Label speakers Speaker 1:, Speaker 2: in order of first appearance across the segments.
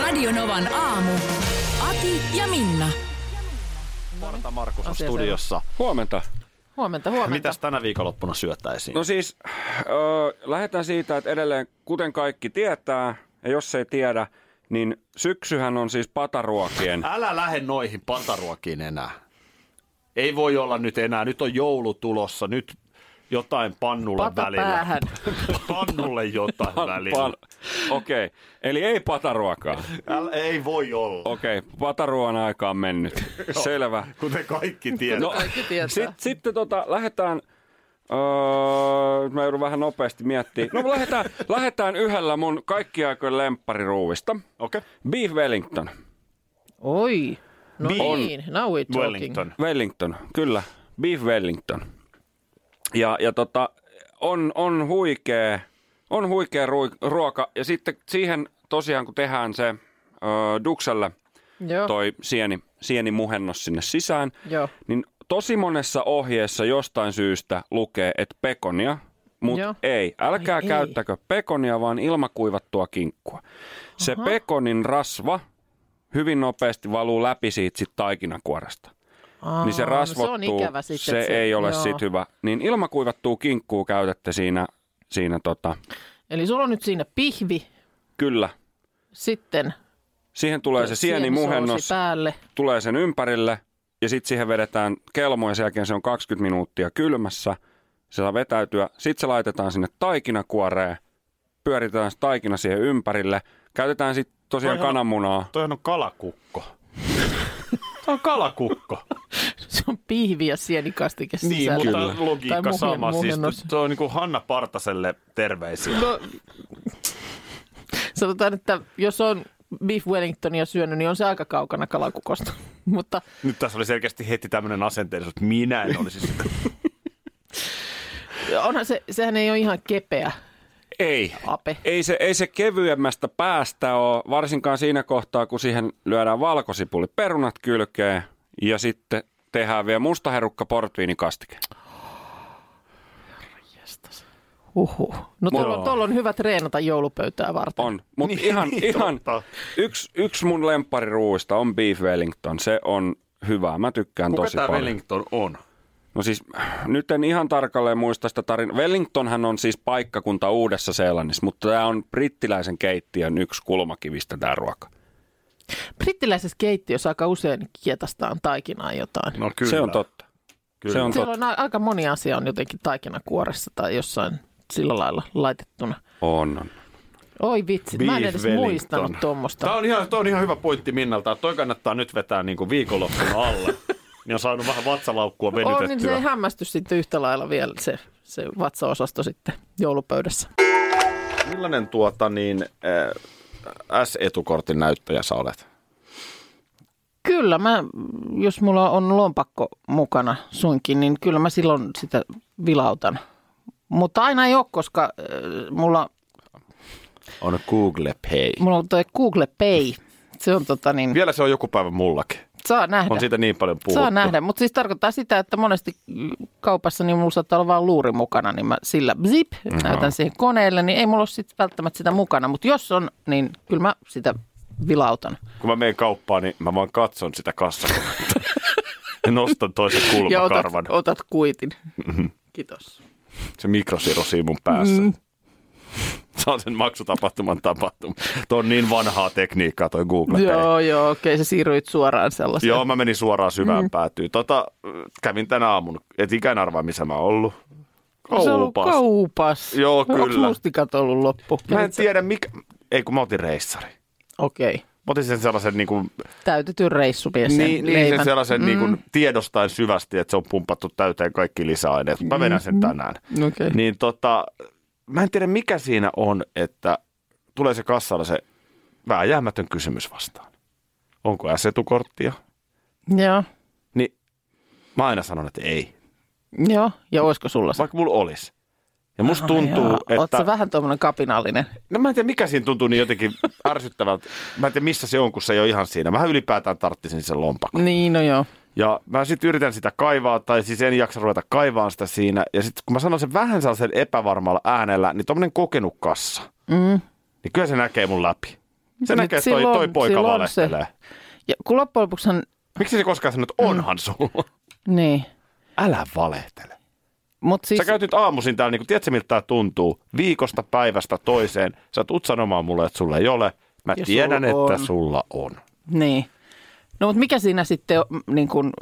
Speaker 1: Radionovan aamu. Ati ja Minna.
Speaker 2: Marta Markus on
Speaker 3: Asia
Speaker 2: studiossa.
Speaker 4: Huomenta.
Speaker 3: Huomenta, huomenta.
Speaker 2: Mitäs tänä viikonloppuna syöttäisiin?
Speaker 4: No siis, öö, lähdetään siitä, että edelleen kuten kaikki tietää, ja jos ei tiedä, niin syksyhän on siis pataruokien.
Speaker 2: Älä lähde noihin pantaruokiin enää. Ei voi olla nyt enää. Nyt on joulu tulossa. Nyt jotain pannulle
Speaker 3: Pata
Speaker 2: välillä.
Speaker 3: päähän.
Speaker 2: Pannulle jotain välillä.
Speaker 4: Okei, okay. eli ei pataruokaa.
Speaker 2: Älä, ei voi olla.
Speaker 4: Okei, okay. pataruoan aika on mennyt. Selvä.
Speaker 2: Kuten kaikki tietää.
Speaker 4: No,
Speaker 2: No,
Speaker 3: Kaikki tietää.
Speaker 4: sit, sitten tota, lähdetään, öö, mä joudun vähän nopeasti miettimään. No lähdetään, lähdetään yhdellä mun kaikki aikojen lemppariruuvista.
Speaker 2: Okei.
Speaker 4: Beef Wellington.
Speaker 3: Oi. No
Speaker 2: On.
Speaker 3: niin, now we're talking.
Speaker 2: Wellington.
Speaker 4: Wellington, kyllä. Beef Wellington. Ja, ja tota, on, on huikea, on huikea rui- ruoka. Ja sitten siihen tosiaan, kun tehdään se ö, dukselle
Speaker 3: Joo.
Speaker 4: toi sieni, sienimuhennos sinne sisään,
Speaker 3: Joo.
Speaker 4: niin tosi monessa ohjeessa jostain syystä lukee, että pekonia, mutta
Speaker 3: Joo.
Speaker 4: ei. Älkää
Speaker 3: Ai
Speaker 4: Ai
Speaker 3: ei.
Speaker 4: käyttäkö ei. pekonia, vaan ilmakuivattua kinkkua. Se pekonin rasva hyvin nopeasti valuu läpi siitä sit taikinakuoresta
Speaker 3: Aa,
Speaker 4: niin se
Speaker 3: no
Speaker 4: rasvottuu,
Speaker 3: se on ikävä sitten.
Speaker 4: se,
Speaker 3: että
Speaker 4: ei ole
Speaker 3: joo.
Speaker 4: sit hyvä. Niin ilmakuivattua kinkkuu käytätte siinä, siinä tota,
Speaker 3: Eli sulla on nyt siinä pihvi,
Speaker 4: kyllä.
Speaker 3: sitten
Speaker 4: Siihen tulee se sienimuhennos,
Speaker 3: sienisoosi päälle.
Speaker 4: tulee sen ympärille ja sitten siihen vedetään kelmo ja sen jälkeen se on 20 minuuttia kylmässä. Se saa vetäytyä. Sitten se laitetaan sinne taikinakuoreen, pyöritetään se taikina siihen ympärille. Käytetään sitten tosiaan
Speaker 2: Toihan-
Speaker 4: kananmunaa.
Speaker 2: Toihan on kalakukko. Tämä on kalakukko.
Speaker 3: Se on pihvi ja sienikastike
Speaker 2: Niin,
Speaker 3: sisällä.
Speaker 2: mutta
Speaker 4: Kyllä.
Speaker 2: logiikka
Speaker 3: Tai muhien-
Speaker 2: sama.
Speaker 3: muhennos.
Speaker 2: Siis, se on niin kuin Hanna Partaselle terveisiä.
Speaker 3: No, sanotaan, että jos on beef wellingtonia syönyt, niin on se aika kaukana kalakukosta. mutta
Speaker 2: Nyt tässä oli selkeästi heti tämmöinen asenteellisuus, että minä en olisi sitä.
Speaker 3: onhan se, sehän ei ole ihan kepeä
Speaker 4: Ei.
Speaker 3: ape.
Speaker 4: Ei se, ei se kevyemmästä päästä ole, varsinkaan siinä kohtaa, kun siihen lyödään valkosipuli perunat kylkeen ja sitten tehdään vielä mustaherukka portviinikastike.
Speaker 3: Huhhuh. No tuolla,
Speaker 4: Joo.
Speaker 3: tuolla on hyvä treenata joulupöytää varten.
Speaker 4: On, mutta niin, ihan,
Speaker 2: niin,
Speaker 4: ihan
Speaker 2: totta.
Speaker 4: yksi, yksi mun lemppariruuista on Beef Wellington. Se on hyvä, mä tykkään
Speaker 2: Kuka
Speaker 4: tosi
Speaker 2: tämä
Speaker 4: paljon.
Speaker 2: Wellington on?
Speaker 4: No siis nyt en ihan tarkalleen muista sitä tarinaa. Wellingtonhan on siis paikkakunta Uudessa-Seelannissa, mutta tämä on brittiläisen keittiön yksi kulmakivistä tämä ruoka.
Speaker 3: Brittiläisessä keittiössä aika usein kietastaan taikinaa jotain.
Speaker 2: No kyllä.
Speaker 4: Se on totta.
Speaker 2: Kyllä.
Speaker 4: Se on
Speaker 3: Siellä on a- aika moni asia on jotenkin taikinakuoressa tai jossain sillä lailla laitettuna.
Speaker 4: On, on.
Speaker 3: Oi vitsi, mä en
Speaker 2: Beef
Speaker 3: edes
Speaker 2: Wellington.
Speaker 3: muistanut tuommoista.
Speaker 2: Tämä on, ihan, tämä on ihan hyvä pointti Minnalta, että toi kannattaa nyt vetää niin kuin viikonloppuna alle. niin on saanut vähän vatsalaukkua venytettyä.
Speaker 3: On, niin se ei hämmästy sitten yhtä lailla vielä se, se vatsaosasto sitten joulupöydässä.
Speaker 2: Millainen tuota niin, äh, S-etukortin näyttäjä sä olet?
Speaker 3: Kyllä, mä, jos mulla on lompakko mukana suinkin, niin kyllä mä silloin sitä vilautan. Mutta aina ei ole, koska äh, mulla,
Speaker 2: On Google Pay.
Speaker 3: mulla on tuo Google Pay. Se on tota niin,
Speaker 2: Vielä se on joku päivä mullakin.
Speaker 3: saa nähdä.
Speaker 2: On siitä niin paljon puhuttu.
Speaker 3: Saa nähdä, mutta siis tarkoittaa sitä, että monesti kaupassa niin mulla saattaa olla vaan luuri mukana, niin mä sillä zip näytän siihen koneelle, niin ei mulla ole sit välttämättä sitä mukana, mutta jos on, niin kyllä mä sitä vilautan.
Speaker 2: Kun mä menen kauppaan, niin mä vaan katson sitä kassakonetta. ja nostan toisen
Speaker 3: ja otat,
Speaker 2: kulmakarvan.
Speaker 3: otat kuitin.
Speaker 2: Mm-hmm.
Speaker 3: Kiitos.
Speaker 2: Se mikrosiru siinä mun päässä. Mm. Se on sen maksutapahtuman tapahtuma. Tuo on niin vanhaa tekniikkaa toi Google Pay.
Speaker 3: Joo, joo, okei, okay, sä siirryit suoraan sellaiseen.
Speaker 2: Joo, mä menin suoraan syvään mm. päätyyn. Tota, äh, kävin tänä aamuna, et ikään arvaa missä mä oon ollut.
Speaker 3: Onko se ollut
Speaker 2: Kaupassa.
Speaker 3: kaupas.
Speaker 2: Joo, kyllä.
Speaker 3: Onko mustikat ollut loppu?
Speaker 2: Mä en tiedä mikä, ei kun mä otin reissari.
Speaker 3: Okei,
Speaker 2: Mä otin sen sellaisen, niin kuin,
Speaker 3: täytetyn reissumies.
Speaker 2: niin, niin, sen sellaisen mm. niin kuin, tiedostaen syvästi, että se on pumpattu täyteen kaikki lisäaineet. Mä vedän sen tänään.
Speaker 3: Mm-hmm. Okei.
Speaker 2: Niin tota, mä en tiedä mikä siinä on, että tulee se kassalla se vääjäämätön kysymys vastaan. Onko S-etukorttia?
Speaker 3: Joo,
Speaker 2: Niin mä aina sanon, että ei.
Speaker 3: joo. Ja olisiko sulla se?
Speaker 2: Vaikka mulla olisi. Ja musta tuntuu,
Speaker 3: Joo. Oot
Speaker 2: että...
Speaker 3: sä vähän tuommoinen kapinallinen.
Speaker 2: No mä en tiedä, mikä siinä tuntuu niin jotenkin ärsyttävältä. Mä en tiedä, missä se on, kun se ei ole ihan siinä. Mä ylipäätään tarttisin sen lompakon.
Speaker 3: Niin, no joo.
Speaker 2: Ja mä sitten yritän sitä kaivaa, tai siis en jaksa ruveta kaivaan sitä siinä. Ja sitten kun mä sanon sen vähän sellaisen epävarmalla äänellä, niin tommonen kokenut kassa. Mm. Niin kyllä se näkee mun läpi. Se
Speaker 3: Nyt
Speaker 2: näkee, että toi, toi
Speaker 3: Niin silloin-
Speaker 2: poika
Speaker 3: silloin se-
Speaker 2: valehtelee.
Speaker 3: Ja kun loppujen lopuksihan,
Speaker 2: Miksi se koskaan sanoo,
Speaker 3: Mm.
Speaker 2: että onhan sulla?
Speaker 3: niin.
Speaker 2: Älä valehtele.
Speaker 3: Mutta siis,
Speaker 2: Sä käyt nyt aamuisin täällä, niin kuin, tiedätkö miltä tää tuntuu? Viikosta päivästä toiseen. Sä tulet sanomaan mulle, että sulla ei ole. Mä
Speaker 3: Ja
Speaker 2: tiedän,
Speaker 3: sulla
Speaker 2: että
Speaker 3: on.
Speaker 2: sulla on.
Speaker 3: niin. No mutta mikä siinä sitten, on, niin kun,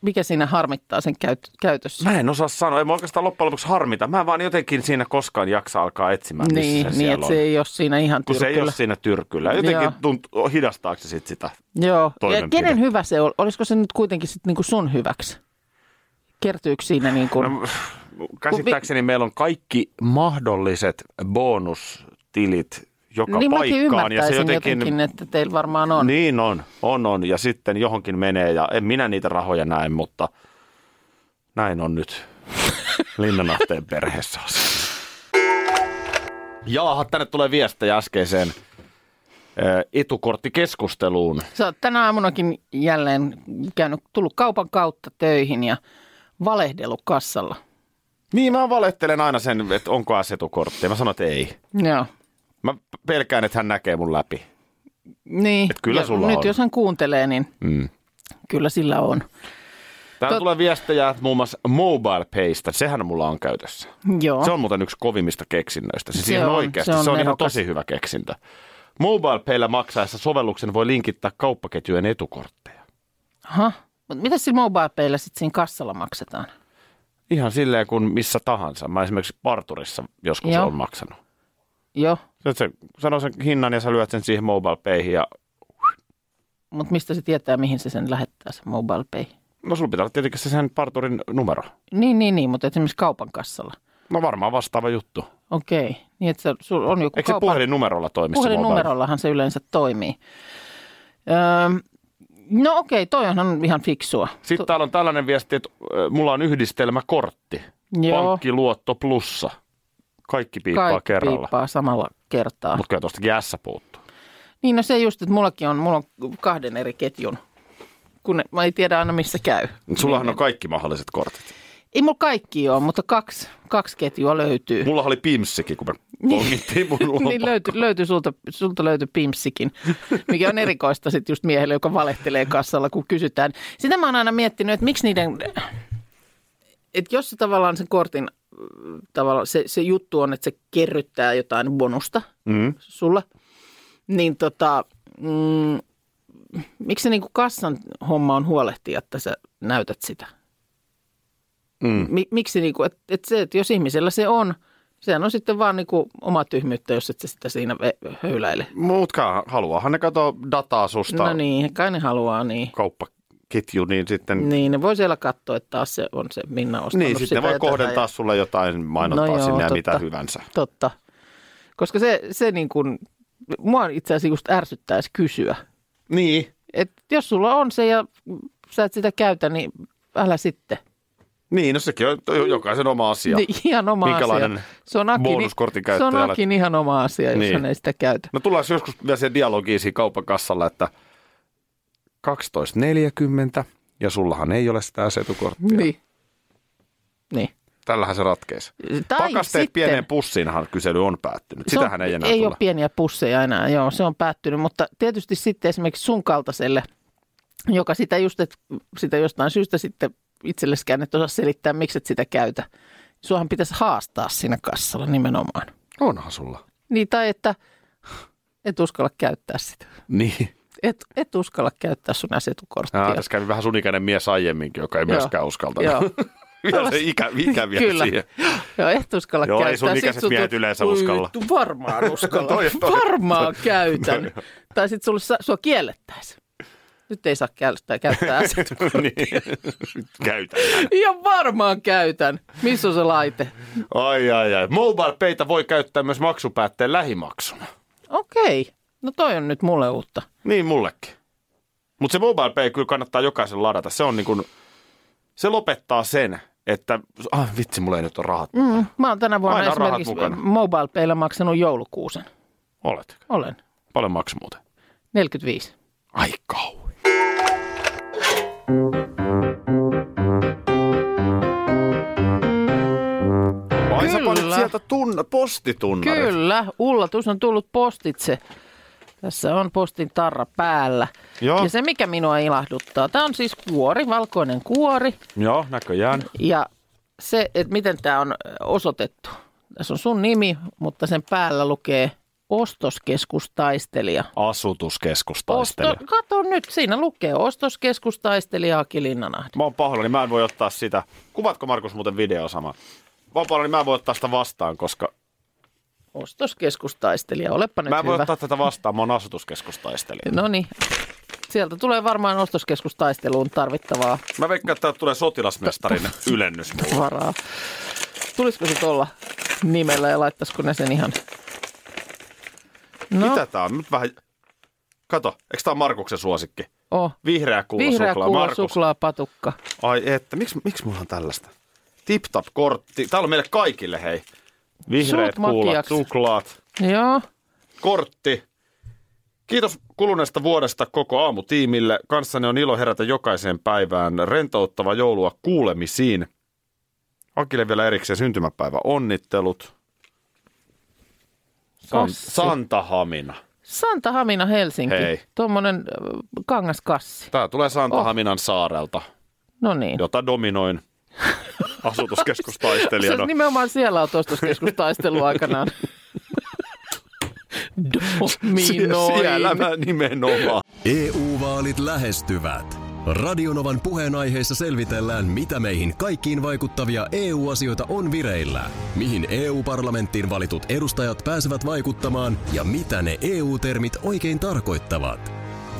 Speaker 3: mikä siinä harmittaa sen käyt, käytössä?
Speaker 2: Mä en osaa sanoa, ei mä oikeastaan loppujen lopuksi harmita. Mä en vaan jotenkin siinä koskaan jaksa alkaa etsimään, missä
Speaker 3: niin,
Speaker 2: se
Speaker 3: niin
Speaker 2: siellä
Speaker 3: että
Speaker 2: on.
Speaker 3: se ei ole siinä ihan
Speaker 2: Kun se ei ole
Speaker 3: tyrkyllä.
Speaker 2: siinä tyrkyllä. Jotenkin
Speaker 3: Joo.
Speaker 2: tuntuu, hidastaako se sit sitä?
Speaker 3: Joo, ja
Speaker 2: toimenpide.
Speaker 3: kenen hyvä se on? Olisiko se nyt kuitenkin sit niinku sun hyväksi? Kertyykö siinä niin kuin...
Speaker 2: No, Käsittääkseni meillä on kaikki mahdolliset bonustilit joka
Speaker 3: niin mäkin
Speaker 2: paikkaan.
Speaker 3: ymmärtäisin jotenkin, jotenkin, että teillä varmaan on. Niin.
Speaker 2: Niin on, on, on. Ja sitten johonkin menee ja en minä niitä rahoja näe, mutta näin on nyt Linnanahteen perheessä asia. Jaaha, tänne tulee viestejä äskeiseen ö, etukorttikeskusteluun.
Speaker 3: Sä oot tänä aamunakin jälleen käynyt, tullut kaupan kautta töihin ja valehdellut kassalla.
Speaker 2: Niin, mä valehtelen aina sen, että onko S-etukortti. Mä sanon, että ei.
Speaker 3: Joo.
Speaker 2: Mä pelkään, että hän näkee mun läpi.
Speaker 3: Niin.
Speaker 2: Et kyllä
Speaker 3: ja
Speaker 2: sulla
Speaker 3: nyt
Speaker 2: on.
Speaker 3: jos hän kuuntelee, niin
Speaker 2: Mm.
Speaker 3: kyllä sillä on.
Speaker 2: Täällä
Speaker 3: Tot-
Speaker 2: tulee viestejä että muun muassa mobile paystä. Sehän mulla on käytössä.
Speaker 3: Joo.
Speaker 2: Se on muuten yksi kovimmista keksinnöistä. Siis
Speaker 3: No. Se
Speaker 2: ihan
Speaker 3: on,
Speaker 2: oikeasti. Se
Speaker 3: se
Speaker 2: on,
Speaker 3: on
Speaker 2: ihan
Speaker 3: nerokas.
Speaker 2: tosi hyvä keksintö. MobilePayllä maksaessa sovelluksen voi linkittää kauppaketjujen etukortteja.
Speaker 3: Aha. Mut mitä sillä mobilepeillä sitten siinä kassalla maksetaan?
Speaker 2: Ihan silleen kuin missä tahansa. Mä esimerkiksi parturissa joskus
Speaker 3: Joo.
Speaker 2: on maksanut.
Speaker 3: Joo.
Speaker 2: Sä, sä sano sen hinnan ja sä lyöt sen siihen MobilePayhin ja
Speaker 3: Mutta mistä se tietää, mihin se sen lähettää, se mobilepay?
Speaker 2: no sulla pitää olla tietenkin se sen parturin numero.
Speaker 3: Niin, niin, niin, mutta esimerkiksi kaupan kassalla.
Speaker 2: No varmaan vastaava juttu.
Speaker 3: Okei, niin että sulla on joku
Speaker 2: Eikö se
Speaker 3: kaupan...
Speaker 2: puhelinnumerolla toimi se mobile?
Speaker 3: puhelinnumerollahan se yleensä toimii. Öö, no okei, toi on ihan fiksua.
Speaker 2: Sitten täällä on tällainen viesti, että ö, mulla on yhdistelmäkortti.
Speaker 3: Joo.
Speaker 2: Pankkiluotto plussa. Kaikki piippaa
Speaker 3: Kaikki
Speaker 2: kerralla.
Speaker 3: piippaa samalla kertaa.
Speaker 2: Mutta kyllä tuostakin ässä puuttuu.
Speaker 3: Niin no se just, että mullakin on, mulla on kahden eri ketjun, kun ne- mä ei tiedä aina missä käy.
Speaker 2: Sullahan
Speaker 3: Niin.
Speaker 2: on kaikki mahdolliset kortit.
Speaker 3: Ei mulla kaikki ole, mutta kaksi, kaksi ketjua löytyy.
Speaker 2: Mulla oli Pimssikin, kun me pongittiin mun
Speaker 3: Niin
Speaker 2: lompakko.
Speaker 3: löytyy, löytyy sulta, sulta löytyy pimpsikin, mikä on erikoista sit just miehelle, joka valehtelee kassalla, kun kysytään. Sitä mä oon aina miettinyt, että miksi niiden, että jos se tavallaan sen kortin, äh, tavallaan se, se juttu on, että se kerryttää jotain bonusta mm. sulla, niin tota, mm, miksi se niinku kassan homma on huolehtia, että sä näytät sitä?
Speaker 2: Mm.
Speaker 3: Mi- miksi niinku, että et se, että jos ihmisellä se on, sehän on sitten vaan niinku oma tyhmyyttä, jos et sä sitä siinä ve- höyläile.
Speaker 2: Muutkaan haluaahan ne katsoa dataa susta
Speaker 3: No niin, kai ne haluaa niin.
Speaker 2: kauppaketju, niin sitten...
Speaker 3: Niin, ne voi siellä katsoa, että taas se on se Minna ostanut
Speaker 2: Niin, sitten
Speaker 3: sitä
Speaker 2: ne voi
Speaker 3: ja tätä
Speaker 2: kohdentaa
Speaker 3: ja-
Speaker 2: sulle jotain mainontaa
Speaker 3: No joo,
Speaker 2: sinne ja
Speaker 3: totta.
Speaker 2: mitä hyvänsä.
Speaker 3: Totta. Koska se, se niin kuin, mua itse asiassa just ärsyttäisi kysyä.
Speaker 2: Niin.
Speaker 3: Et jos sulla on se ja sä et sitä käytä, niin älä sitten.
Speaker 2: Niin, no sekin on jo- jokaisen oma asia.
Speaker 3: Niin, ihan oma
Speaker 2: Minkälainen
Speaker 3: asia. Se on Akin,
Speaker 2: bonuskortin
Speaker 3: se on
Speaker 2: käyttäjälle?
Speaker 3: Akin ihan oma asia, jos
Speaker 2: Niin.
Speaker 3: niin. hän ei sitä käytä.
Speaker 2: No tullaan joskus vielä siihen dialogiin siinä kaupan kassalla, että 12.40 ja sullahan ei ole sitä setukorttia. Niin.
Speaker 3: Niin. Niin.
Speaker 2: Tällähän se ratkeisi.
Speaker 3: Tai
Speaker 2: Pakasteet
Speaker 3: sitten-
Speaker 2: pieneen pussiinhan kysely on päättynyt.
Speaker 3: Se on-
Speaker 2: Sitähän ei enää
Speaker 3: Ei ole
Speaker 2: tule.
Speaker 3: pieniä pusseja enää, joo, se on päättynyt, mutta tietysti sitten esimerkiksi sun kaltaiselle, joka sitä just, et, sitä jostain syystä sitten itselleskään et osaa selittää, miksi et sitä käytä. Suohan pitäisi haastaa siinä kassalla nimenomaan.
Speaker 2: Onhan sulla.
Speaker 3: Niin, tai että et uskalla käyttää sitä.
Speaker 2: Niin.
Speaker 3: Et, et uskalla käyttää sun asetukorttia.
Speaker 2: Ah, tässä kävi vähän sun ikäinen mies aiemminkin, joka ei
Speaker 3: Joo.
Speaker 2: myöskään uskaltanut.
Speaker 3: Joo.
Speaker 2: Vielä se ikä, ikä vielä
Speaker 3: Kyllä.
Speaker 2: siihen.
Speaker 3: Joo, et uskalla
Speaker 2: Joo, ei
Speaker 3: käyttää.
Speaker 2: sun
Speaker 3: Sit
Speaker 2: ikäiset
Speaker 3: tulee,
Speaker 2: miehet yleensä
Speaker 3: "Voi
Speaker 2: uskalla."
Speaker 3: vittu, Varmaan uskalla.
Speaker 2: Toi- toi-
Speaker 3: varmaan käytän. tai sitten sulle, sa- sua kiellettäisiin. Nyt ei saa käyttää, käyttää aseita.
Speaker 2: niin. Käytä.
Speaker 3: Ihan varmaan käytän. Missä on se laite?
Speaker 2: Ai ai ai. Mobile Paytä voi käyttää myös maksupäätteen lähimaksuna.
Speaker 3: Okei. No toi on nyt mulle uutta.
Speaker 2: Niin mullekin. Mutta se mobile pay kyllä kannattaa jokaisen ladata. Se on niin kuin, se lopettaa sen, että ah, vitsi, mulla ei nyt ole rahat. Mm.
Speaker 3: Mm. Mä oon tänä vuonna
Speaker 2: Aina on rahat
Speaker 3: esimerkiksi
Speaker 2: mukana.
Speaker 3: MobilePaylla maksanut joulukuusen.
Speaker 2: Olet.
Speaker 3: Olen.
Speaker 2: Paljon maksu muuten.
Speaker 3: 45.
Speaker 2: Ai kauhean. Ai sä palit
Speaker 3: Kyllä.
Speaker 2: sieltä tunna, postitunnarit.
Speaker 3: Kyllä, ullatus on tullut postitse. Tässä on postin tarra päällä.
Speaker 2: Joo.
Speaker 3: Ja se, mikä minua ilahduttaa, tämä on siis kuori, valkoinen kuori.
Speaker 2: Joo, näköjään.
Speaker 3: Ja se, että miten tämä on osoitettu. Tässä on sun nimi, mutta sen päällä lukee ostoskeskustaistelija.
Speaker 2: Asutuskeskustaistelija.
Speaker 3: Osto, kato nyt, siinä lukee ostoskeskustaistelija Aki Linnanahde.
Speaker 2: Mä oon pahoillani, mä en voi ottaa sitä. Kuvatko Markus muuten video sama? Mä oon pahoillani, mä en voi ottaa sitä vastaan, koska
Speaker 3: Ostoskeskustaistelija, olepa nyt
Speaker 2: mä en voi
Speaker 3: hyvä.
Speaker 2: ottaa tätä vastaan, mä oon asutuskeskustaistelija.
Speaker 3: No niin, sielstä tulee varmaan ostoskeskustaisteluun tarvittavaa
Speaker 2: Mä veikkaan, että täältä tulee sotilasmestarin ylennys mulle.
Speaker 3: varaa. Tulisiko se tuolla nimellä ja laittaisiko ne sen ihan... No,
Speaker 2: Mitä tää on? Nyt vähän... Kato, eikö tää on Markuksen suosikki?
Speaker 3: Oh.
Speaker 2: Vihreä kuula
Speaker 3: Vihreä
Speaker 2: suklaa.
Speaker 3: kuula,
Speaker 2: Markus.
Speaker 3: suklaa, patukka.
Speaker 2: Ai että, miksi, miksi mulla on tällaista? Tip-tap-kortti. Täällä on meille kaikille, hei. Vihreät
Speaker 3: Suut
Speaker 2: kuulat,
Speaker 3: makiaksi.
Speaker 2: suklaat,
Speaker 3: Joo,
Speaker 2: kortti. Kiitos kuluneesta vuodesta koko aamutiimille. Kanssani on ilo herätä jokaiseen päivään. Rentouttava joulua kuulemisiin. Akille vielä erikseen syntymäpäivä onnittelut. San-
Speaker 3: Kassi.
Speaker 2: Santahamina.
Speaker 3: Santa Hamina Helsinki.
Speaker 2: Hei.
Speaker 3: Tuommoinen äh, kangaskassi.
Speaker 2: Tää tulee
Speaker 3: Oh.
Speaker 2: Santahaminan saarelta,
Speaker 3: No niin.
Speaker 2: jota dominoin
Speaker 3: Se
Speaker 2: asutuskeskustaistelijana.
Speaker 3: nimenomaan siellä on ostoskeskustaistelu aikanaan.
Speaker 2: Sie- Siellä
Speaker 3: Dominoin.
Speaker 2: mä nimenomaan.
Speaker 5: EU-vaalit E lähestyvät. Radionovan puheenaiheessa selvitellään, mitä meihin kaikkiin vaikuttavia EU-asioita on vireillä, mihin EU-parlamenttiin valitut edustajat pääsevät vaikuttamaan ja mitä ne EU-termit oikein tarkoittavat.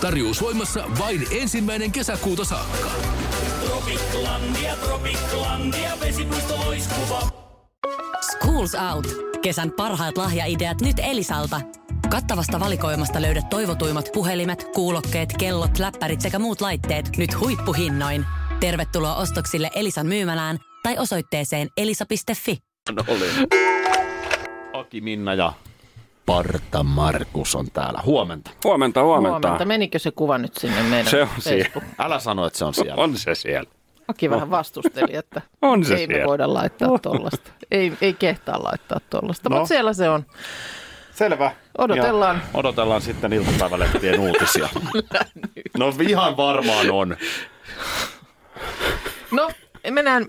Speaker 6: Tarjous voimassa vain ensimmäinen kesäkuuta saakka.
Speaker 1: Schools Out. Kesän parhaat lahjaideat nyt Elisalta. Kattavasta valikoimasta löydät toivotuimmat puhelimet, kuulokkeet, kellot, läppärit sekä muut laitteet nyt huippuhinnoin. Tervetuloa ostoksille Elisan myymälään tai osoitteeseen elisa.fi.
Speaker 2: Aki Minna ja Parta Markus on täällä. Huomenta.
Speaker 4: Huomenta, huomenta.
Speaker 3: Huomenta. Menikö se kuva nyt sinne meidän
Speaker 4: Se on siellä.
Speaker 3: Facebook?
Speaker 2: Älä sano, että se on siellä.
Speaker 4: On se siellä.
Speaker 3: Aki vähän vastusteli, että
Speaker 4: On se
Speaker 3: ei me
Speaker 4: siellä.
Speaker 3: voida laittaa tuollaista. Ei, ei kehtaa laittaa tuollaista, no. mutta siellä se on.
Speaker 2: Selvä.
Speaker 3: Odotellaan.
Speaker 2: Ja odotellaan sitten iltapäivälehtien uutisia. no ihan varmaan on.
Speaker 3: No, mennään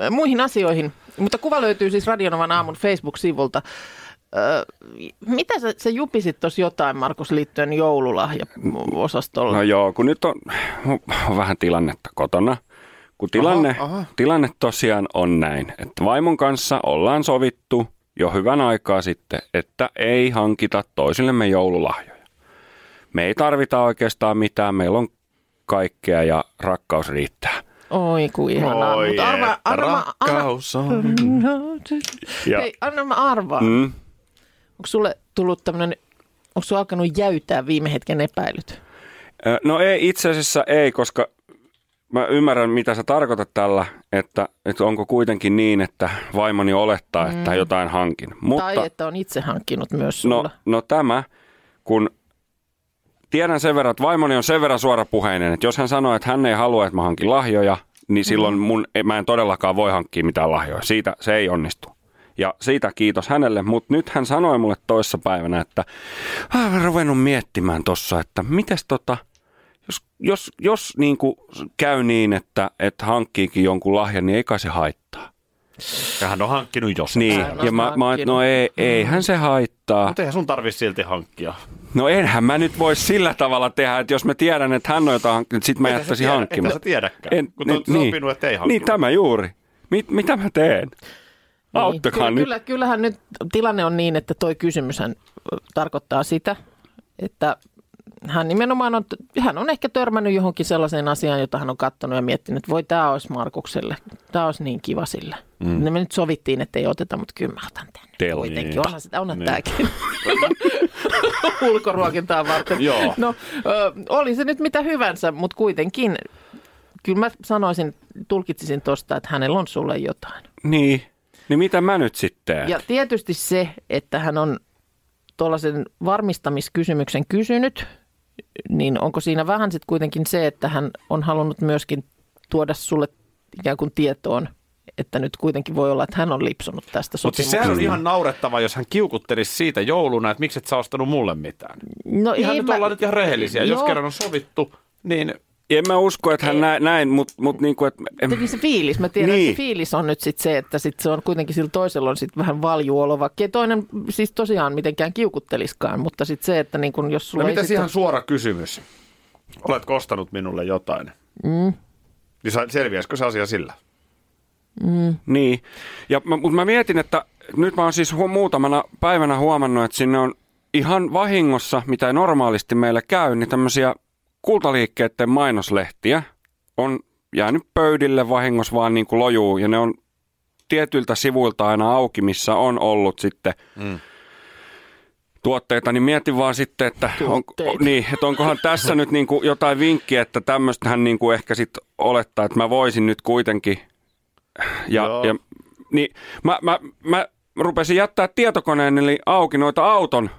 Speaker 3: äh, muihin asioihin, mutta kuva löytyy siis Radionovan aamun Facebook-sivulta. Öö, mitä sä, sä jupisit tuossa jotain, Markus, liittyen joululahjaosastolla?
Speaker 4: No joo, kun nyt on, on vähän tilannetta kotona. Kun tilanne, aha, aha. tilanne tosiaan on näin, että vaimon kanssa ollaan sovittu jo hyvän aikaa sitten, että ei hankita toisillemme joululahjoja. Me ei tarvita oikeastaan mitään, meillä on kaikkea ja rakkaus riittää.
Speaker 3: Oi, kun ihanaa.
Speaker 2: Oi,
Speaker 3: Mut
Speaker 2: että rakkaus on.
Speaker 3: Arva,
Speaker 4: Ja-
Speaker 3: Hei, anna mä arvaa. Mm.
Speaker 4: Mm.
Speaker 3: Onko sulle tullut tämmönen, onko sulla alkanut jäytää viime hetken epäilyt?
Speaker 4: Ö, No ei, itse asiassa ei, koska mä ymmärrän, mitä sä tarkoitat tällä, että, että onko kuitenkin niin, että vaimoni olettaa, että jotain hankin. Mutta,
Speaker 3: Mutta, tai että on itse hankkinut myös
Speaker 4: no,
Speaker 3: sulla?
Speaker 4: no tämä, kun tiedän sen verran, että vaimoni on sen verran suorapuheinen, että jos hän sanoo, että hän ei halua, että mä hankin lahjoja, niin silloin mun, mä en todellakaan voi hankkia mitään lahjoja. Siitä se ei onnistu. Ja siitä kiitos hänelle, mutta nyt hän sanoi mulle toissapäivänä, että "Ah, mä ruvennut miettimään tossa, että mites tota, jos, jos, niinku jos niin kuin käy niin, että, että hankkiikin jonkun lahjan, niin ei kai se haittaa.
Speaker 2: Ja hän on hankkinut jos.
Speaker 4: Niin,
Speaker 3: Hän
Speaker 4: ja
Speaker 3: on
Speaker 4: mä, mä oon, että no ei, eihän se haittaa.
Speaker 2: Mutta eihän sun tarvi silti hankkia.
Speaker 4: No enhän mä nyt voi sillä tavalla tehdä, että jos mä tiedän, että hän on jotain hankkinut, sit mä
Speaker 2: Eikä sä
Speaker 4: jättäisin
Speaker 2: tiedä-
Speaker 4: hankkimaan.
Speaker 2: eikä sä tiedäkään, kun oot sopinut, että ei
Speaker 4: Niin,
Speaker 2: hankita.
Speaker 4: tämä juuri. Mit, mitä mä teen? Auttakaa
Speaker 3: niin.
Speaker 4: nyt.
Speaker 3: Kyllä, kyllä- kyllähän nyt tilanne on niin, että toi kysymyshän ö, tarkoittaa sitä, että hän nimenomaan on, hän on ehkä törmännyt johonkin sellaiseen asiaan, jota hän on katsonut ja miettinyt, että voi tämä olisi Markukselle, tämä olisi niin kiva sille. Mm. Ne me nyt sovittiin, että ei oteta, mutta kyllä mä otan tämän.
Speaker 4: Teltta.
Speaker 3: Kuitenkin, onhan, sitä, onhan tämäkin ulkoruokintaa varten.
Speaker 2: Joo.
Speaker 3: No, ö, oli se nyt mitä hyvänsä, mutta kuitenkin, kyllä mä sanoisin, tulkitsisin tuosta, että hänellä on sulle jotain.
Speaker 4: Niin. Niin mitä mä nyt sitten teen?
Speaker 3: Ja tietysti se, että hän on tuollaisen varmistamiskysymyksen kysynyt, niin onko siinä vähän sitten kuitenkin se, että hän on halunnut myöskin tuoda sulle ikään kuin tietoon, että nyt kuitenkin voi olla, että hän on lipsunut tästä
Speaker 2: Mutta siis
Speaker 3: sopimuksesta.
Speaker 2: sehän on ihan naurettava, jos hän kiukuttelisi siitä jouluna, että mikset sä ostanut mulle mitään.
Speaker 3: no,
Speaker 2: Ihan
Speaker 3: ei
Speaker 2: nyt ollaan nyt ihan rehellisiä. Jos
Speaker 3: Joo.
Speaker 2: kerran on sovittu, niin
Speaker 4: En mä usko, että hän näin, näin mutta mut niinku, että...
Speaker 3: Jotenkin se fiilis, mä tiedän,
Speaker 4: Niin.
Speaker 3: niin. että se fiilis on nyt sit se, että sit se on kuitenkin sillä toisella on sit vähän valjuolo, vaikka ei toinen siis tosiaan mitenkään kiukutteliskaan, mutta sit se, että niin kun jos sulla
Speaker 2: No
Speaker 3: ei
Speaker 2: mitäs
Speaker 3: sit
Speaker 2: ihan suora kysymys? Oletko ostanut minulle jotain? Mm. Niin sa- selviäisikö se asia sillä?
Speaker 4: Niin, ja mä, mut mä mietin, että nyt mä oon siis hu- muutamana päivänä huomannut, että sinne on ihan vahingossa, mitä ei normaalisti meillä käy, niin tämmöisiä kultaliikkeiden mainoslehtiä on jäänyt pöydille vahingossa vaan niin kuin lojuu, ja ne on tietyiltä sivuilta aina auki, missä on ollut sitten tuotteita, niin mietin vaan sitten, että, on,
Speaker 3: Tuotteita.
Speaker 4: niin, että onkohan tässä nyt niin kuin jotain vinkkiä, että tämmöistähän niin kuin ehkä sitten olettaa, että mä voisin nyt kuitenkin. Ja,
Speaker 2: Joo.
Speaker 4: ja niin, mä, mä, mä rupesin jättää tietokoneen eli auki noita auton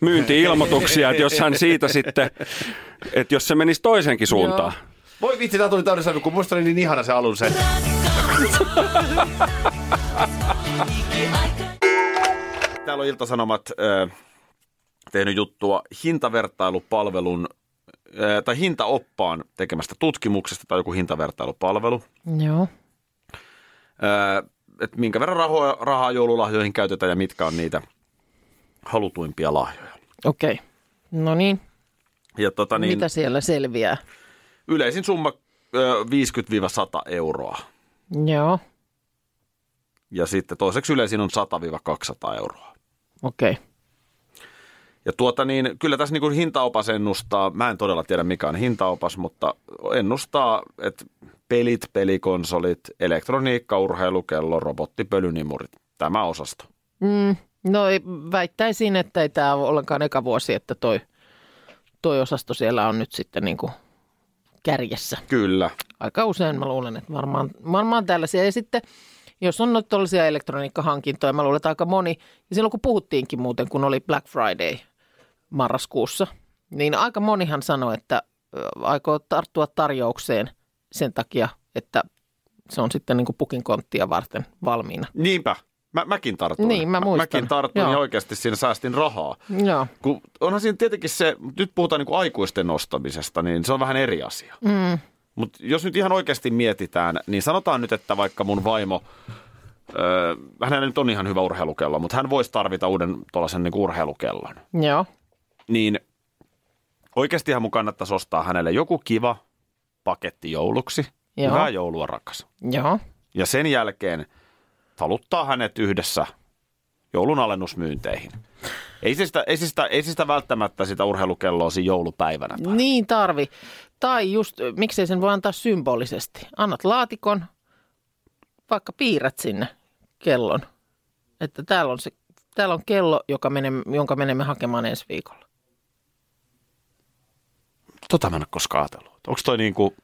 Speaker 4: myynti-ilmoituksia, että jos hän siitä sitten, että jos se menisi toisenkin suuntaan.
Speaker 2: Voi vitsi, tää tuli täyden sävy, kun muistelin niin ihana se alun se. Täällä on Iltasanomat äh, tehnyt juttua hintavertailupalvelun äh, tai hintaoppaan tekemästä tutkimuksesta tai joku hintavertailupalvelu.
Speaker 3: Joo.
Speaker 2: Öö, että minkä verran rahoja, rahaa joululahjoihin käytetään ja mitkä on niitä halutuimpia lahjoja.
Speaker 3: Okei. Okay. No niin,
Speaker 2: Ja tota
Speaker 3: niin,
Speaker 2: niin,
Speaker 3: mitä siellä selviää?
Speaker 2: yleisin summa öö, 50-100 euroa.
Speaker 3: Joo,
Speaker 2: Ja sitten toiseksi yleisin on 100-200 euroa.
Speaker 3: okei. Okay.
Speaker 2: Ja tuota niin, kyllä tässä niin kuin hintaopas ennustaa, mä en todella tiedä mikä on hintaopas, mutta ennustaa, että pelit, pelikonsolit, elektroniikka, urheilukello, robottipölynimurit, tämä osasto.
Speaker 3: Mm, no ei- väittäisin, että ei tämä ole ollenkaan eka vuosi, että toi, toi osasto siellä on nyt sitten niin kuin kärjessä.
Speaker 2: Kyllä.
Speaker 3: Aika usein mä luulen, että varmaan, varmaan tällaisia. Ja sitten jos on noita tällaisia elektroniikkahankintoja, mä luulen, että aika moni. Ja silloin kun puhuttiinkin muuten, kun oli Black Friday marraskuussa, niin aika monihan sanoi, että ö, aikoo tarttua tarjoukseen sen takia, että se on sitten niin kuin pukin konttia varten valmiina.
Speaker 2: Niinpä. Mä, mäkin tartuin.
Speaker 3: Niin, mä muistan.
Speaker 2: Mäkin tartuin
Speaker 3: Joo.
Speaker 2: ja oikeasti siinä säästin rahaa.
Speaker 3: Joo.
Speaker 2: Kun onhan siinä tietenkin se, nyt puhutaan niin kuin aikuisten ostamisesta, niin se on vähän eri asia. Mm. Mutta jos nyt ihan oikeasti mietitään, niin sanotaan nyt, että vaikka mun vaimo, öö, hänellä nyt on ihan hyvä urheilukello, mutta hän voisi tarvita uuden tuollaisen niin urheilukellon.
Speaker 3: Joo.
Speaker 2: Niin oikeastihan mun kannattaisi ostaa hänelle joku kiva paketti jouluksi.
Speaker 3: Joo.
Speaker 2: Hyvää joulua, rakas.
Speaker 3: Joo.
Speaker 2: Ja sen jälkeen taluttaa hänet yhdessä joulun alennusmyynteihin. Ei se sitä, ei se sitä, ei se sitä välttämättä sitä urheilukelloa siinä joulupäivänä. tarvitse.
Speaker 3: Niin tarvi. Tai just, ö, miksei sen voi antaa symbolisesti. Annat laatikon, vaikka piirrät sinne kellon. Että täällä on, se, täällä on kello, joka menemme, jonka menemme hakemaan ensi viikolla.
Speaker 2: Tota mä en ole koskaan ajatellut. Onko toi, niinku,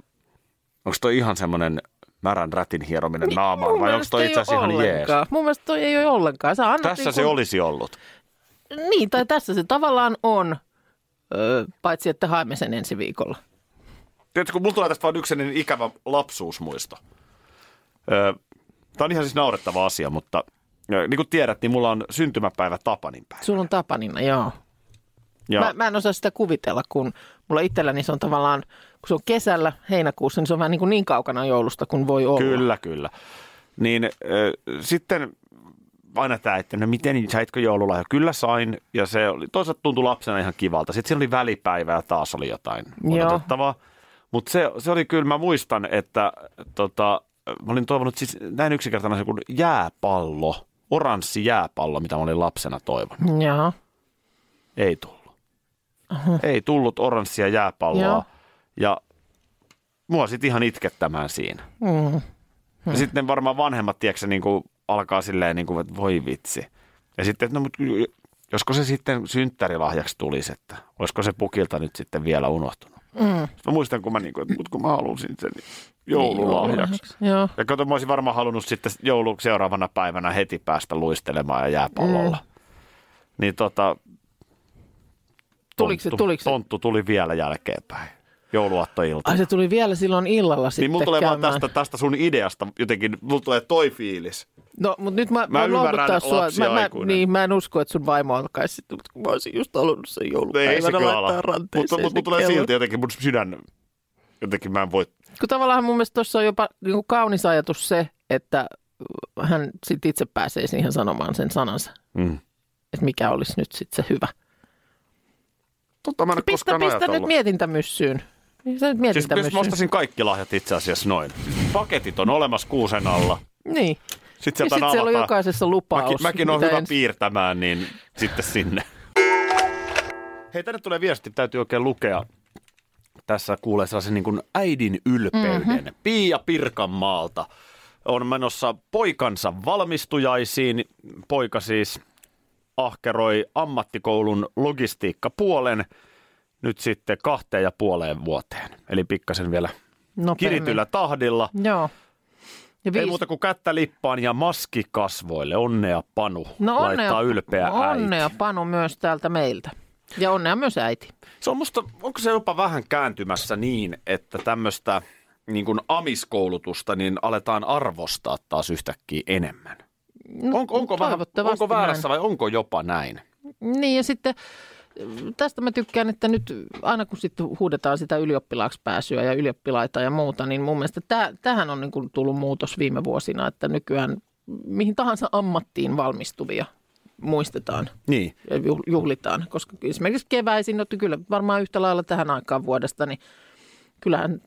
Speaker 2: onks toi ihan semmoinen märän rätin hierominen niin, naamaan vai onko toi itse asiassa ihan jees?
Speaker 3: ollenkaan. Mun mielestä toi ei ole ollenkaan. Sä annat
Speaker 2: Tässä
Speaker 3: niin
Speaker 2: se olisi ollut.
Speaker 3: Niin, tai tässä se tavallaan on, öö, paitsi että haemme sen ensi viikolla.
Speaker 2: Tiedätkö, kun mulla tulee tästä vaan yksi sellainen ikävä lapsuusmuisto. Öö, Tämä on ihan siis naurettava asia, mutta ö, niin kuin tiedät, niin mulla on syntymäpäivä Tapanin päivä.
Speaker 3: Sulla on tapanina, joo.
Speaker 2: Ja-
Speaker 3: Mä, mä en osaa sitä kuvitella, kun mulla itselläni se on tavallaan, kun se on kesällä, heinäkuussa, niin se on vähän niin, kuin niin kaukana joulusta kuin voi olla.
Speaker 2: Kyllä, kyllä. Niin äh, sitten aina tämä, että no miten, niin saitkö joululahja? Kyllä sain, ja se oli, toisaalta tuntui lapsena ihan kivalta. Sitten siinä oli välipäivää ja taas oli jotain
Speaker 3: Joo.
Speaker 2: odotettavaa. Mutta se, se oli kyllä, mä muistan, että tota, mä olin toivonut siis näin yksinkertainen se kuin jääpallo, oranssi jääpallo, mitä mä olin lapsena toivonut.
Speaker 3: Joo.
Speaker 2: Ei tullut. Ei tullut oranssia jääpalloa.
Speaker 3: Joo.
Speaker 2: Ja mua sitten ihan itkettämään siinä.
Speaker 3: Mm.
Speaker 2: Ja sitten varmaan vanhemmat, tiedätkö, niin kuin alkaa silleen, niin kuin, että voi vitsi. Ja sitten, että no, mut, josko se sitten synttärilahjaksi tulisi, että olisiko se pukilta nyt sitten vielä unohtunut.
Speaker 3: Mm.
Speaker 2: Sitten mä muistan, kun mä, niin kuin, että, mut kun mä halusin sen joululahjaksi.
Speaker 3: Niin Joo.
Speaker 2: Ja kato, mä olisin varmaan halunnut sitten joulu seuraavana päivänä heti päästä luistelemaan ja
Speaker 3: Mm.
Speaker 2: jääpallolla. Niin tota,
Speaker 3: Tuliko se,
Speaker 2: tonttu,
Speaker 3: tuliko se?
Speaker 2: tonttu tuli vielä jälkeenpäin jouluaattoilta.
Speaker 3: Ai se tuli vielä silloin illalla sitten
Speaker 2: Niin mulla tulee vaan
Speaker 3: käymään.
Speaker 2: tästä, tästä sun ideasta jotenkin, mulla tulee toi fiilis.
Speaker 3: No, mutta nyt mä,
Speaker 2: Mä
Speaker 3: voin
Speaker 2: ymmärrän
Speaker 3: lohduttaa sua.
Speaker 2: lapsia
Speaker 3: mä,
Speaker 2: aikuinen.
Speaker 3: niin, mä en usko, että sun vaimo alkaisi sitten, mutta kun mä olisin just halunnut sen
Speaker 2: No Ei se
Speaker 3: joulupäivänä
Speaker 2: kyllä
Speaker 3: laittaa
Speaker 2: ala. Mutta
Speaker 3: ranteeseen.
Speaker 2: mut, mut
Speaker 3: sen
Speaker 2: tulee
Speaker 3: kellon.
Speaker 2: silti jotenkin mun sydän, jotenkin mä en voi.
Speaker 3: Kun tavallaan mun mielestä tuossa on jopa niin kuin kaunis ajatus se, että hän sitten itse pääsee siihen sanomaan sen sanansa.
Speaker 2: Mm.
Speaker 3: Että mikä olisi nyt sitten se hyvä.
Speaker 2: Totta mä en pistä,
Speaker 3: Pistä,
Speaker 2: koskaan
Speaker 3: pistä nyt
Speaker 2: ajatellut.
Speaker 3: mietintämyssyyn. Pistä nyt
Speaker 2: Siis jos mä
Speaker 3: mietintämyssyyn.
Speaker 2: ostasin kaikki lahjat itse asiassa noin. Paketit on olemassa kuusen alla.
Speaker 3: niin.
Speaker 2: Sitten
Speaker 3: Ja
Speaker 2: sieltä
Speaker 3: sitten siellä on
Speaker 2: naalataan-
Speaker 3: jokaisessa lupaus.
Speaker 2: Mäkin, mäkin on
Speaker 3: mitä
Speaker 2: hyvä
Speaker 3: ensi-
Speaker 2: piirtämään, niin sitten sinne. Hei, tänne tulee viesti, täytyy oikein lukea. Tässä kuulee sellaisen niin kuin äidin ylpeyden. Mm-hmm. Pia Pirkanmaalta on menossa poikansa valmistujaisiin. Poika siis ahkeroi ammattikoulun logistiikkapuolen nyt sitten kahteen ja puoleen vuoteen. Eli pikkasen vielä
Speaker 3: Nopeammin.
Speaker 2: kirityllä tahdilla.
Speaker 3: Joo. Ja
Speaker 2: Ei
Speaker 3: viisi
Speaker 2: muuta kuin kättä lippaan ja maski kasvoille. Onnea Panu,
Speaker 3: No
Speaker 2: laittaa
Speaker 3: onnea,
Speaker 2: ylpeä
Speaker 3: onnea
Speaker 2: äiti.
Speaker 3: Panu myös täältä meiltä. Ja onnea myös äiti.
Speaker 2: Se on musta, onko se jopa vähän kääntymässä niin, että tämmöistä niin kuin amiskoulutusta niin aletaan arvostaa taas yhtäkkiä enemmän?
Speaker 3: No,
Speaker 2: onko, onko, vähän,
Speaker 3: toivottavasti
Speaker 2: onko väärässä vai onko jopa näin?
Speaker 3: Näin. Niin ja sitten äh, tästä mä tykkään, että nyt aina kun sitten huudetaan sitä ylioppilaaksi pääsyä ja ylioppilaita ja muuta, niin mun mielestä tä, tähän on niin kuin tullut muutos viime vuosina, että nykyään mihin tahansa ammattiin valmistuvia muistetaan
Speaker 2: Niin.
Speaker 3: ja juh- juhlitaan. Koska esimerkiksi keväisin, no kyllä varmaan yhtä lailla tähän aikaan vuodesta, niin kyllähän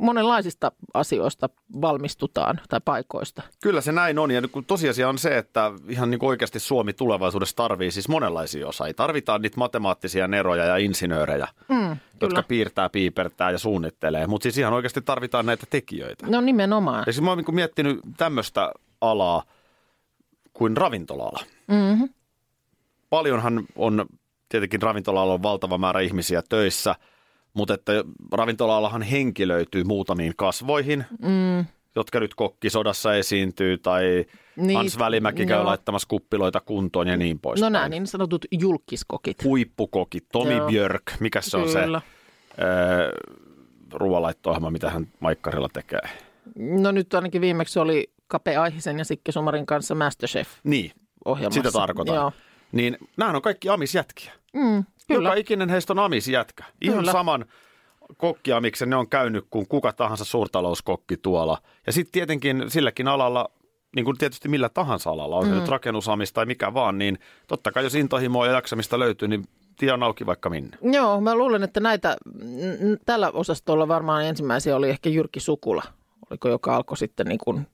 Speaker 3: monenlaisista asioista valmistutaan tai paikoista.
Speaker 2: Kyllä se näin on, ja nyt kun tosiasia on se, että ihan niin kuin oikeasti Suomi tulevaisuudessa tarvii siis monenlaisia osaajia. Tarvitaan niitä matemaattisia neroja ja insinöörejä, mm, jotka piirtää, piipertää ja suunnittelee. Mutta siis ihan oikeasti tarvitaan näitä tekijöitä.
Speaker 3: No nimenomaan.
Speaker 2: Ja siis mä oon niin miettinyt tämmöistä alaa kuin ravintola-ala. Mm-hmm. Paljonhan on, tietenkin ravintola-alalla on valtava määrä ihmisiä töissä, mutta että ravintola-alahan henki löytyy muutamiin kasvoihin, mm. jotka nyt kokkisodassa esiintyy tai niin,
Speaker 3: Niin,
Speaker 2: Hans Välimäki käy
Speaker 3: joo.
Speaker 2: laittamassa kuppiloita kuntoon ja niin poispäin.
Speaker 3: No nämä niin sanotut julkiskokit.
Speaker 2: Huippukokki, Tomi
Speaker 3: Joo.
Speaker 2: Björk, mikä Siis se on se
Speaker 3: Kyllä.
Speaker 2: öö, ruoanlaitto-ohjelma, mitä hän Maikkarilla tekee?
Speaker 3: No nyt ainakin viimeksi oli Kape Aihisen ja Sikke Sumarin kanssa Masterchef-ohjelmassa.
Speaker 2: Niin, sitä tarkoitan.
Speaker 3: Joo,
Speaker 2: Niin nämähän on kaikki amisjätkiä.
Speaker 3: mm,
Speaker 2: Kyllä.
Speaker 3: kyllä.
Speaker 2: Joka ikinen heistä on amisjätkä. Ihan
Speaker 3: Kyllä.
Speaker 2: saman kokkia, miksi ne on käynyt kuin kuka tahansa suurtalouskokki tuolla. Ja sitten tietenkin silläkin alalla, niin kuin tietysti millä tahansa alalla, on mm. nyt rakennusamis tai mikä vaan, niin totta kai jos intohimoa ja jaksamista löytyy, niin tie on auki vaikka minne.
Speaker 3: Joo, mä luulen, että näitä, n- n- tällä osastolla varmaan ensimmäisiä oli ehkä Jyrki Sukula, oliko joka alkoi sitten niin kuin,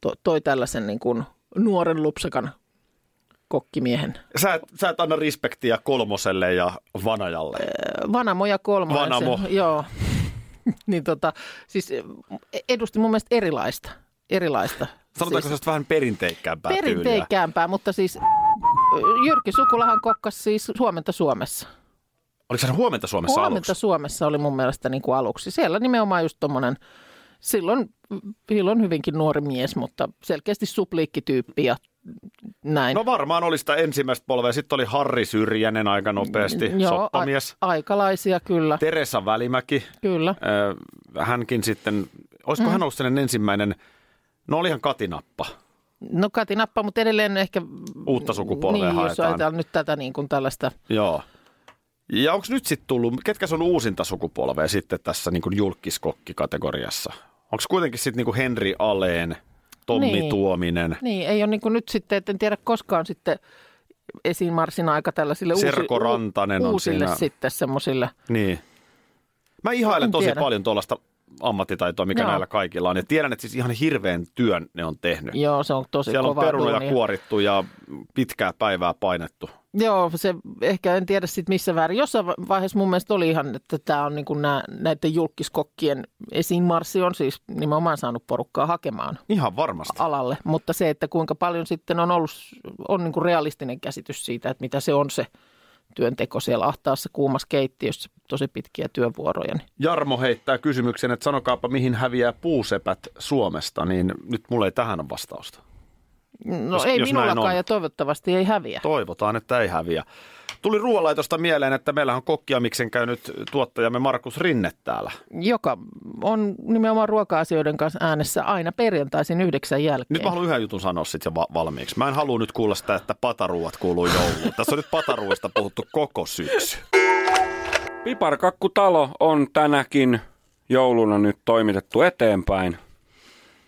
Speaker 3: to- toi tällaisen niin kuin nuoren lupsakan kokkimiehen.
Speaker 2: Sä et, sä et anna respektiä kolmoselle ja vanajalle.
Speaker 3: Ö, Vanamo ja kolmonen.
Speaker 2: Vanamo.
Speaker 3: Se, joo. niin tota, siis ö, edusti mun mielestä erilaista. Erilaista.
Speaker 2: Sanotaanko siis...
Speaker 3: siis,
Speaker 2: se vähän perinteikkäämpää tyyliä?
Speaker 3: Perinteikäämpää, mutta siis ö, Jyrki Sukulahan kokkas siis huomenta Suomessa.
Speaker 2: Oliko se huomenta Suomessa
Speaker 3: Huomenta
Speaker 2: aluksi?
Speaker 3: Suomessa oli mun mielestä niin kuin aluksi. Siellä nimenomaan just tommonen, silloin, silloin hyvinkin nuori mies, mutta selkeästi supliikkityyppi ja näin.
Speaker 2: No varmaan oli sitä ensimmäistä polvea. Sitten oli Harri Syrjänen aika nopeasti,
Speaker 3: Mm, Joo,
Speaker 2: soppamies.
Speaker 3: a- aikalaisia kyllä,
Speaker 2: Teresa Välimäki,
Speaker 3: kyllä.
Speaker 2: ö, hänkin sitten, olisiko mm. hän ollut sen ensimmäinen, no olihan Katinappa.
Speaker 3: No Kati Nappa, mutta edelleen ehkä...
Speaker 2: Uutta sukupolvea
Speaker 3: niin, jos
Speaker 2: haetaan.
Speaker 3: ajatellaan nyt tätä niin kuin tällaista...
Speaker 2: Joo. Ja onko nyt sitten tullut, ketkä se on uusinta sukupolvea niinku sitten tässä niin julkiskokkikategoriassa? Onko kuitenkin sitten niin Henri niinku Aleen, Tommi
Speaker 3: Niin.
Speaker 2: Tuominen.
Speaker 3: Niin, ei ole niin kuin nyt sitten, että en tiedä koskaan sitten esiinmarssin aika tällaisille uusi-
Speaker 2: Serko Rantanen on
Speaker 3: uusille
Speaker 2: siinä.
Speaker 3: sitten semmoisille.
Speaker 2: Niin. Mä ihailen
Speaker 3: En
Speaker 2: tosi
Speaker 3: tiedä.
Speaker 2: paljon tuollaista ammattitaitoa, mikä
Speaker 3: Joo.
Speaker 2: näillä kaikilla on. Ja tiedän, että siis ihan hirveän työn ne on tehnyt.
Speaker 3: Joo, se on tosi
Speaker 2: Siellä on
Speaker 3: kova
Speaker 2: perunoja
Speaker 3: duuni.
Speaker 2: kuorittu ja pitkää päivää painettu.
Speaker 3: Joo, se ehkä en tiedä sitten missä väärin. Jossain va- vaiheessa mun mielestä oli ihan, että tämä on niin kuin nää, näiden julkiskokkien esiinmarssi on siis nimenomaan saanut porukkaa hakemaan
Speaker 2: Ihan varmasti.
Speaker 3: alalle. Mutta se, että kuinka paljon sitten on ollut, on niin kuin realistinen käsitys siitä, että mitä se on se työnteko siellä ahtaassa kuumassa keittiössä, tosi pitkiä työvuoroja. Niin
Speaker 2: Jarmo heittää kysymyksen, että sanokaapa mihin häviää puusepät Suomesta, niin nyt mulla ei tähän ole vastausta.
Speaker 3: No
Speaker 2: Jos-
Speaker 3: ei
Speaker 2: jos näin on.
Speaker 3: minullakaan ja toivottavasti ei häviä.
Speaker 2: Toivotaan, että ei häviä. Tuli ruoalaitosta mieleen, että meillähän on kokkia miksen käynyt tuottajamme Markus Rinne täällä.
Speaker 3: Joka on nimenomaan ruoka-asioiden kanssa äänessä aina perjantaisin yhdeksän jälkeen.
Speaker 2: Nyt mä haluan yhden jutun sanoa sitten va- valmiiksi. Mä en halua nyt kuulla sitä, että pataruuat kuuluu jouluun. Tässä on nyt pataruuista puhuttu koko syksy.
Speaker 7: Piparkakkutalo on tänäkin jouluna nyt toimitettu eteenpäin.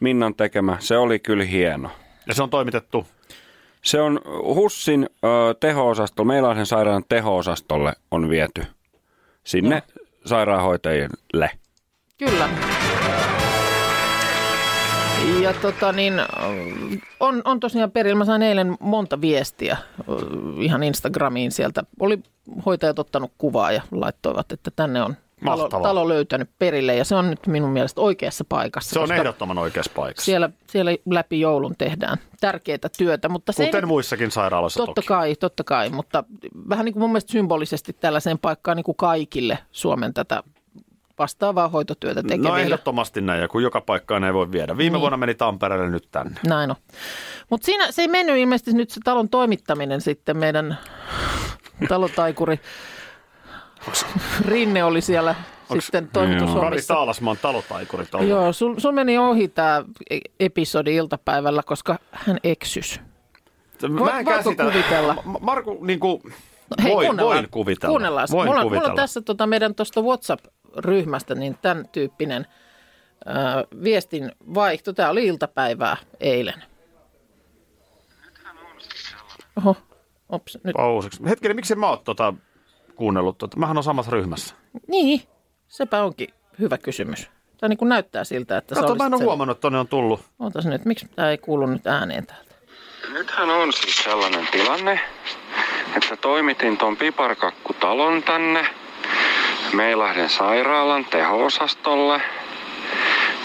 Speaker 7: Minnan tekemä, se oli kyllä hieno.
Speaker 2: Ja se on toimitettu.
Speaker 7: Se on Hussin ö, teho-osastolla, Meilahden sairaalan teho-osastolle on viety sinne sairaanhoitajille.
Speaker 3: Kyllä. Ja tota niin, on, on tosiaan perillä. Mä sain eilen monta viestiä ö, ihan Instagramiin sieltä. Oli hoitajat ottanut kuvaa ja laittoivat, että tänne on talo,
Speaker 2: Mahtavaa.
Speaker 3: talo löytänyt perille. Ja se on nyt minun mielestä oikeassa paikassa.
Speaker 2: Se on
Speaker 3: koska
Speaker 2: ehdottoman oikeassa paikassa.
Speaker 3: Siellä, siellä läpi joulun tehdään tärkeää työtä, mutta se ei
Speaker 2: Kuten muissakin sairaaloissa
Speaker 3: Totta
Speaker 2: toki.
Speaker 3: kai, totta kai, mutta vähän niin kuin mun mielestä symbolisesti tällaiseen paikkaan niin kuin kaikille Suomen tätä vastaavaa hoitotyötä tekeville.
Speaker 2: No ehdottomasti näin, ja kun joka paikkaan ei voi viedä. Viime niin. vuonna meni Tampereelle nyt tänne.
Speaker 3: Näin on. Mutta siinä se ei mennyt ilmeisesti nyt se talon toimittaminen sitten meidän talotaikuri Rinne oli siellä sitten
Speaker 2: Kari
Speaker 3: toimitushommissa.
Speaker 2: Taalasmaan talotaikurit Niin on.
Speaker 3: Joo, sun, sun meni ohi tämä episodi iltapäivällä, koska hän eksys.
Speaker 2: Mä en
Speaker 3: Voitko
Speaker 2: käsitä.
Speaker 3: kuvitella?
Speaker 2: Ma- Marku, niin kuin,
Speaker 3: No Hei,
Speaker 2: voin,
Speaker 3: kuunnellaan.
Speaker 2: voin kuvitella.
Speaker 3: Kuunnellaan.
Speaker 2: Voin
Speaker 3: mulla, on-
Speaker 2: kuvitella.
Speaker 3: mulla on tässä tota meidän tuosta WhatsApp-ryhmästä niin tämän tyyppinen ö, viestin vaihto. Tämä oli iltapäivää eilen. Oho, ops, nyt.
Speaker 2: Pausiksi. Hetkinen, miksi mä oon tota kuunnellut? Tota? Mähän on samassa ryhmässä.
Speaker 3: Niin, sepä onkin hyvä kysymys. Tämä niin kuin näyttää siltä, että
Speaker 2: Kato, mä en ole
Speaker 3: sen-
Speaker 2: huomannut, että tonne on tullut.
Speaker 3: Ootas nyt, miksi tämä ei kuulu nyt ääneen täältä?
Speaker 4: Nythän on siis sellainen tilanne, että toimitin ton piparkakkutalon tänne Meilahden sairaalan teho-osastolle.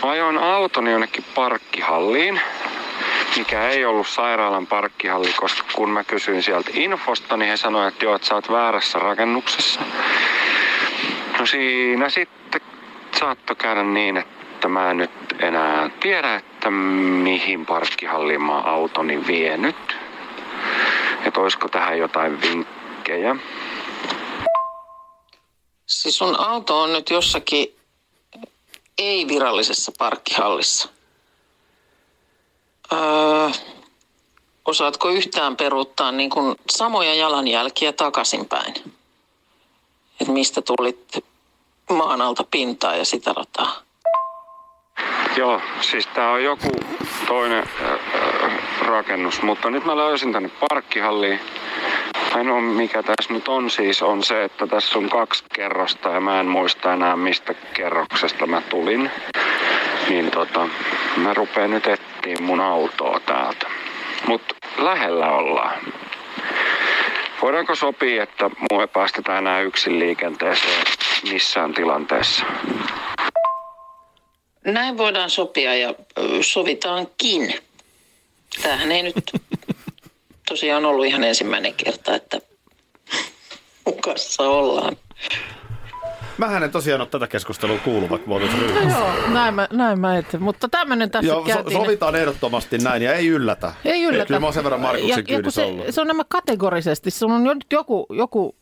Speaker 4: Mä ajoin autoni jonnekin parkkihalliin, mikä ei ollut sairaalan parkkihalli, koska kun mä kysyin sieltä infosta, niin he sanoivat, että joo, että sä oot väärässä rakennuksessa. No siinä sitten saattoi käydä niin, että mä en nyt enää tiedä, että mihin parkkihalliin mä oon autoni vienyt. Että olisiko tähän jotain vinkkejä.
Speaker 8: Siis sun auto on nyt jossakin ei-virallisessa parkkihallissa. Öö, osaatko yhtään peruuttaa niin kuin samoja jalanjälkiä takaisinpäin? Et mistä tulit maan alta pintaa ja sitä rataa?
Speaker 4: Joo, siis tää on joku toinen äh, äh, rakennus, mutta nyt mä löysin tänne parkkihalliin. Ainoa mikä tässä nyt on siis on se, että tässä on kaksi kerrosta ja mä en muista enää mistä kerroksesta mä tulin. Niin tota, mä rupean nyt etsiä mun autoa täältä. Mut lähellä ollaan. Voidaanko sopii, että mua ei päästetä enää yksin liikenteeseen missään tilanteessa?
Speaker 8: Näin voidaan sopia ja öö, sovitaankin. Tämähän ei nyt tosiaan ollut ihan ensimmäinen kerta, että mukassa ollaan.
Speaker 2: Mähän en tosiaan ole tätä keskustelua kuullut, vaikka mä oon tässä ryhmässä.
Speaker 3: Joo, näin mä, näin mä et. Mutta tämmöinen tässä
Speaker 2: Joo, so-
Speaker 3: käytiin. niin
Speaker 2: sovitaan ehdottomasti näin ja ei yllätä.
Speaker 3: Ei yllätä.
Speaker 2: Kyllä mä oon sen verran Markuksen
Speaker 3: ja, ja kun
Speaker 2: kyydissä
Speaker 3: se,
Speaker 2: ollut.
Speaker 3: se on nämä kategorisesti. Sulla on jo nyt joku, joku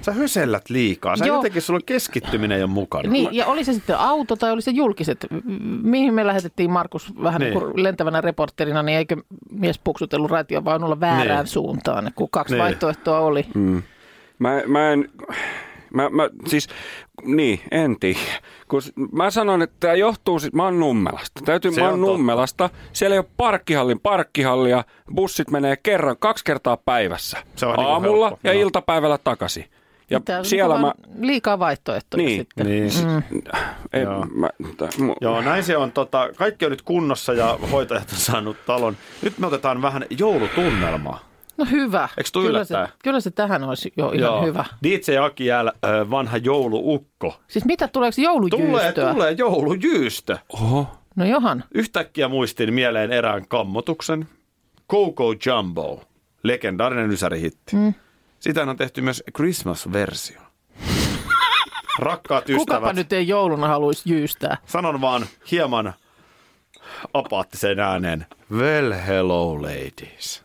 Speaker 2: Sä hösellät liikaa. Sä
Speaker 3: Joo.
Speaker 2: jotenkin, sulla on keskittyminen jo mukana.
Speaker 3: niin, ja oli se sitten auto tai oli se julkiset. M- Mihin me lähetettiin Markus vähän niin.
Speaker 2: Niin.
Speaker 3: kuin lentävänä reporterina, niin eikö mies puksutellut raition vaan olla väärään
Speaker 2: Niin.
Speaker 3: suuntaan, kun kaksi
Speaker 2: Niin.
Speaker 3: vaihtoehtoa oli.
Speaker 7: Mä, mä en,
Speaker 4: Mä, mä, siis, niin, en tiedä. Kun s- mä sanon, että tämä johtuu, siis, mä oon Nummelasta. Täytyy,
Speaker 2: Se
Speaker 4: mä oon
Speaker 2: on totta.
Speaker 4: Nummelasta. Siellä ei ole parkkihallin parkkihallia. Bussit menee kerran, kaksi kertaa päivässä.
Speaker 2: Se on niinku
Speaker 4: Aamulla
Speaker 2: helppo,
Speaker 4: ja
Speaker 2: joo.
Speaker 4: iltapäivällä takaisin. Ja
Speaker 3: Mitä,
Speaker 4: siellä mä...
Speaker 3: niin Liikaa vaihtoehtoja
Speaker 4: Niin,
Speaker 3: sitten.
Speaker 2: Niin.
Speaker 4: En,
Speaker 2: Joo.
Speaker 4: mä t- mu-
Speaker 2: Joo, näin se on. Tota, kaikki on nyt kunnossa ja hoitajat on saanut talon. Nyt me otetaan vähän joulutunnelmaa.
Speaker 3: No hyvä.
Speaker 2: Eikö tuu
Speaker 3: kyllä, se,
Speaker 2: yllättää?
Speaker 3: kyllä se tähän olisi jo ihan
Speaker 2: Joo.
Speaker 3: hyvä.
Speaker 2: DJ Aki L, ö, vanha jouluukko.
Speaker 3: Siis mitä, tuleeko joulujyystöä?
Speaker 2: Tulee, tulee joulujyystö.
Speaker 3: No johan.
Speaker 2: Yhtäkkiä muistin mieleen erään kammotuksen. Coco Jumbo, legendaarinen ysärihitti. Mm. Sitä on tehty myös Christmas-versio. Rakkaat ystävät,
Speaker 3: Kukapa nyt ei jouluna haluaisi jyystää?
Speaker 2: sanon vaan hieman apaattisen äänen. Well, hello ladies.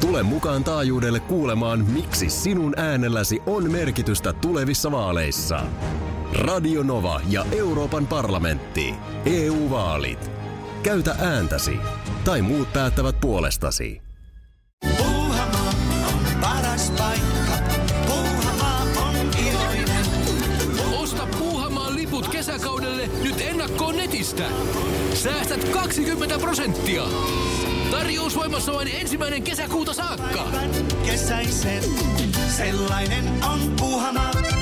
Speaker 5: Tule mukaan taajuudelle kuulemaan, miksi sinun äänelläsi on merkitystä tulevissa vaaleissa. Radio Nova ja Euroopan parlamentti. EU-vaalit. Käytä ääntäsi. Tai muut päättävät puolestasi.
Speaker 6: Osta Puuhamaan liput kesäkaudelle nyt ennakkoon netistä. Säästät 20 prosenttia. Tarjous voimassa vain ensimmäinen kesäkuuta saakka.
Speaker 9: kesäisen. Sellainen on puhana.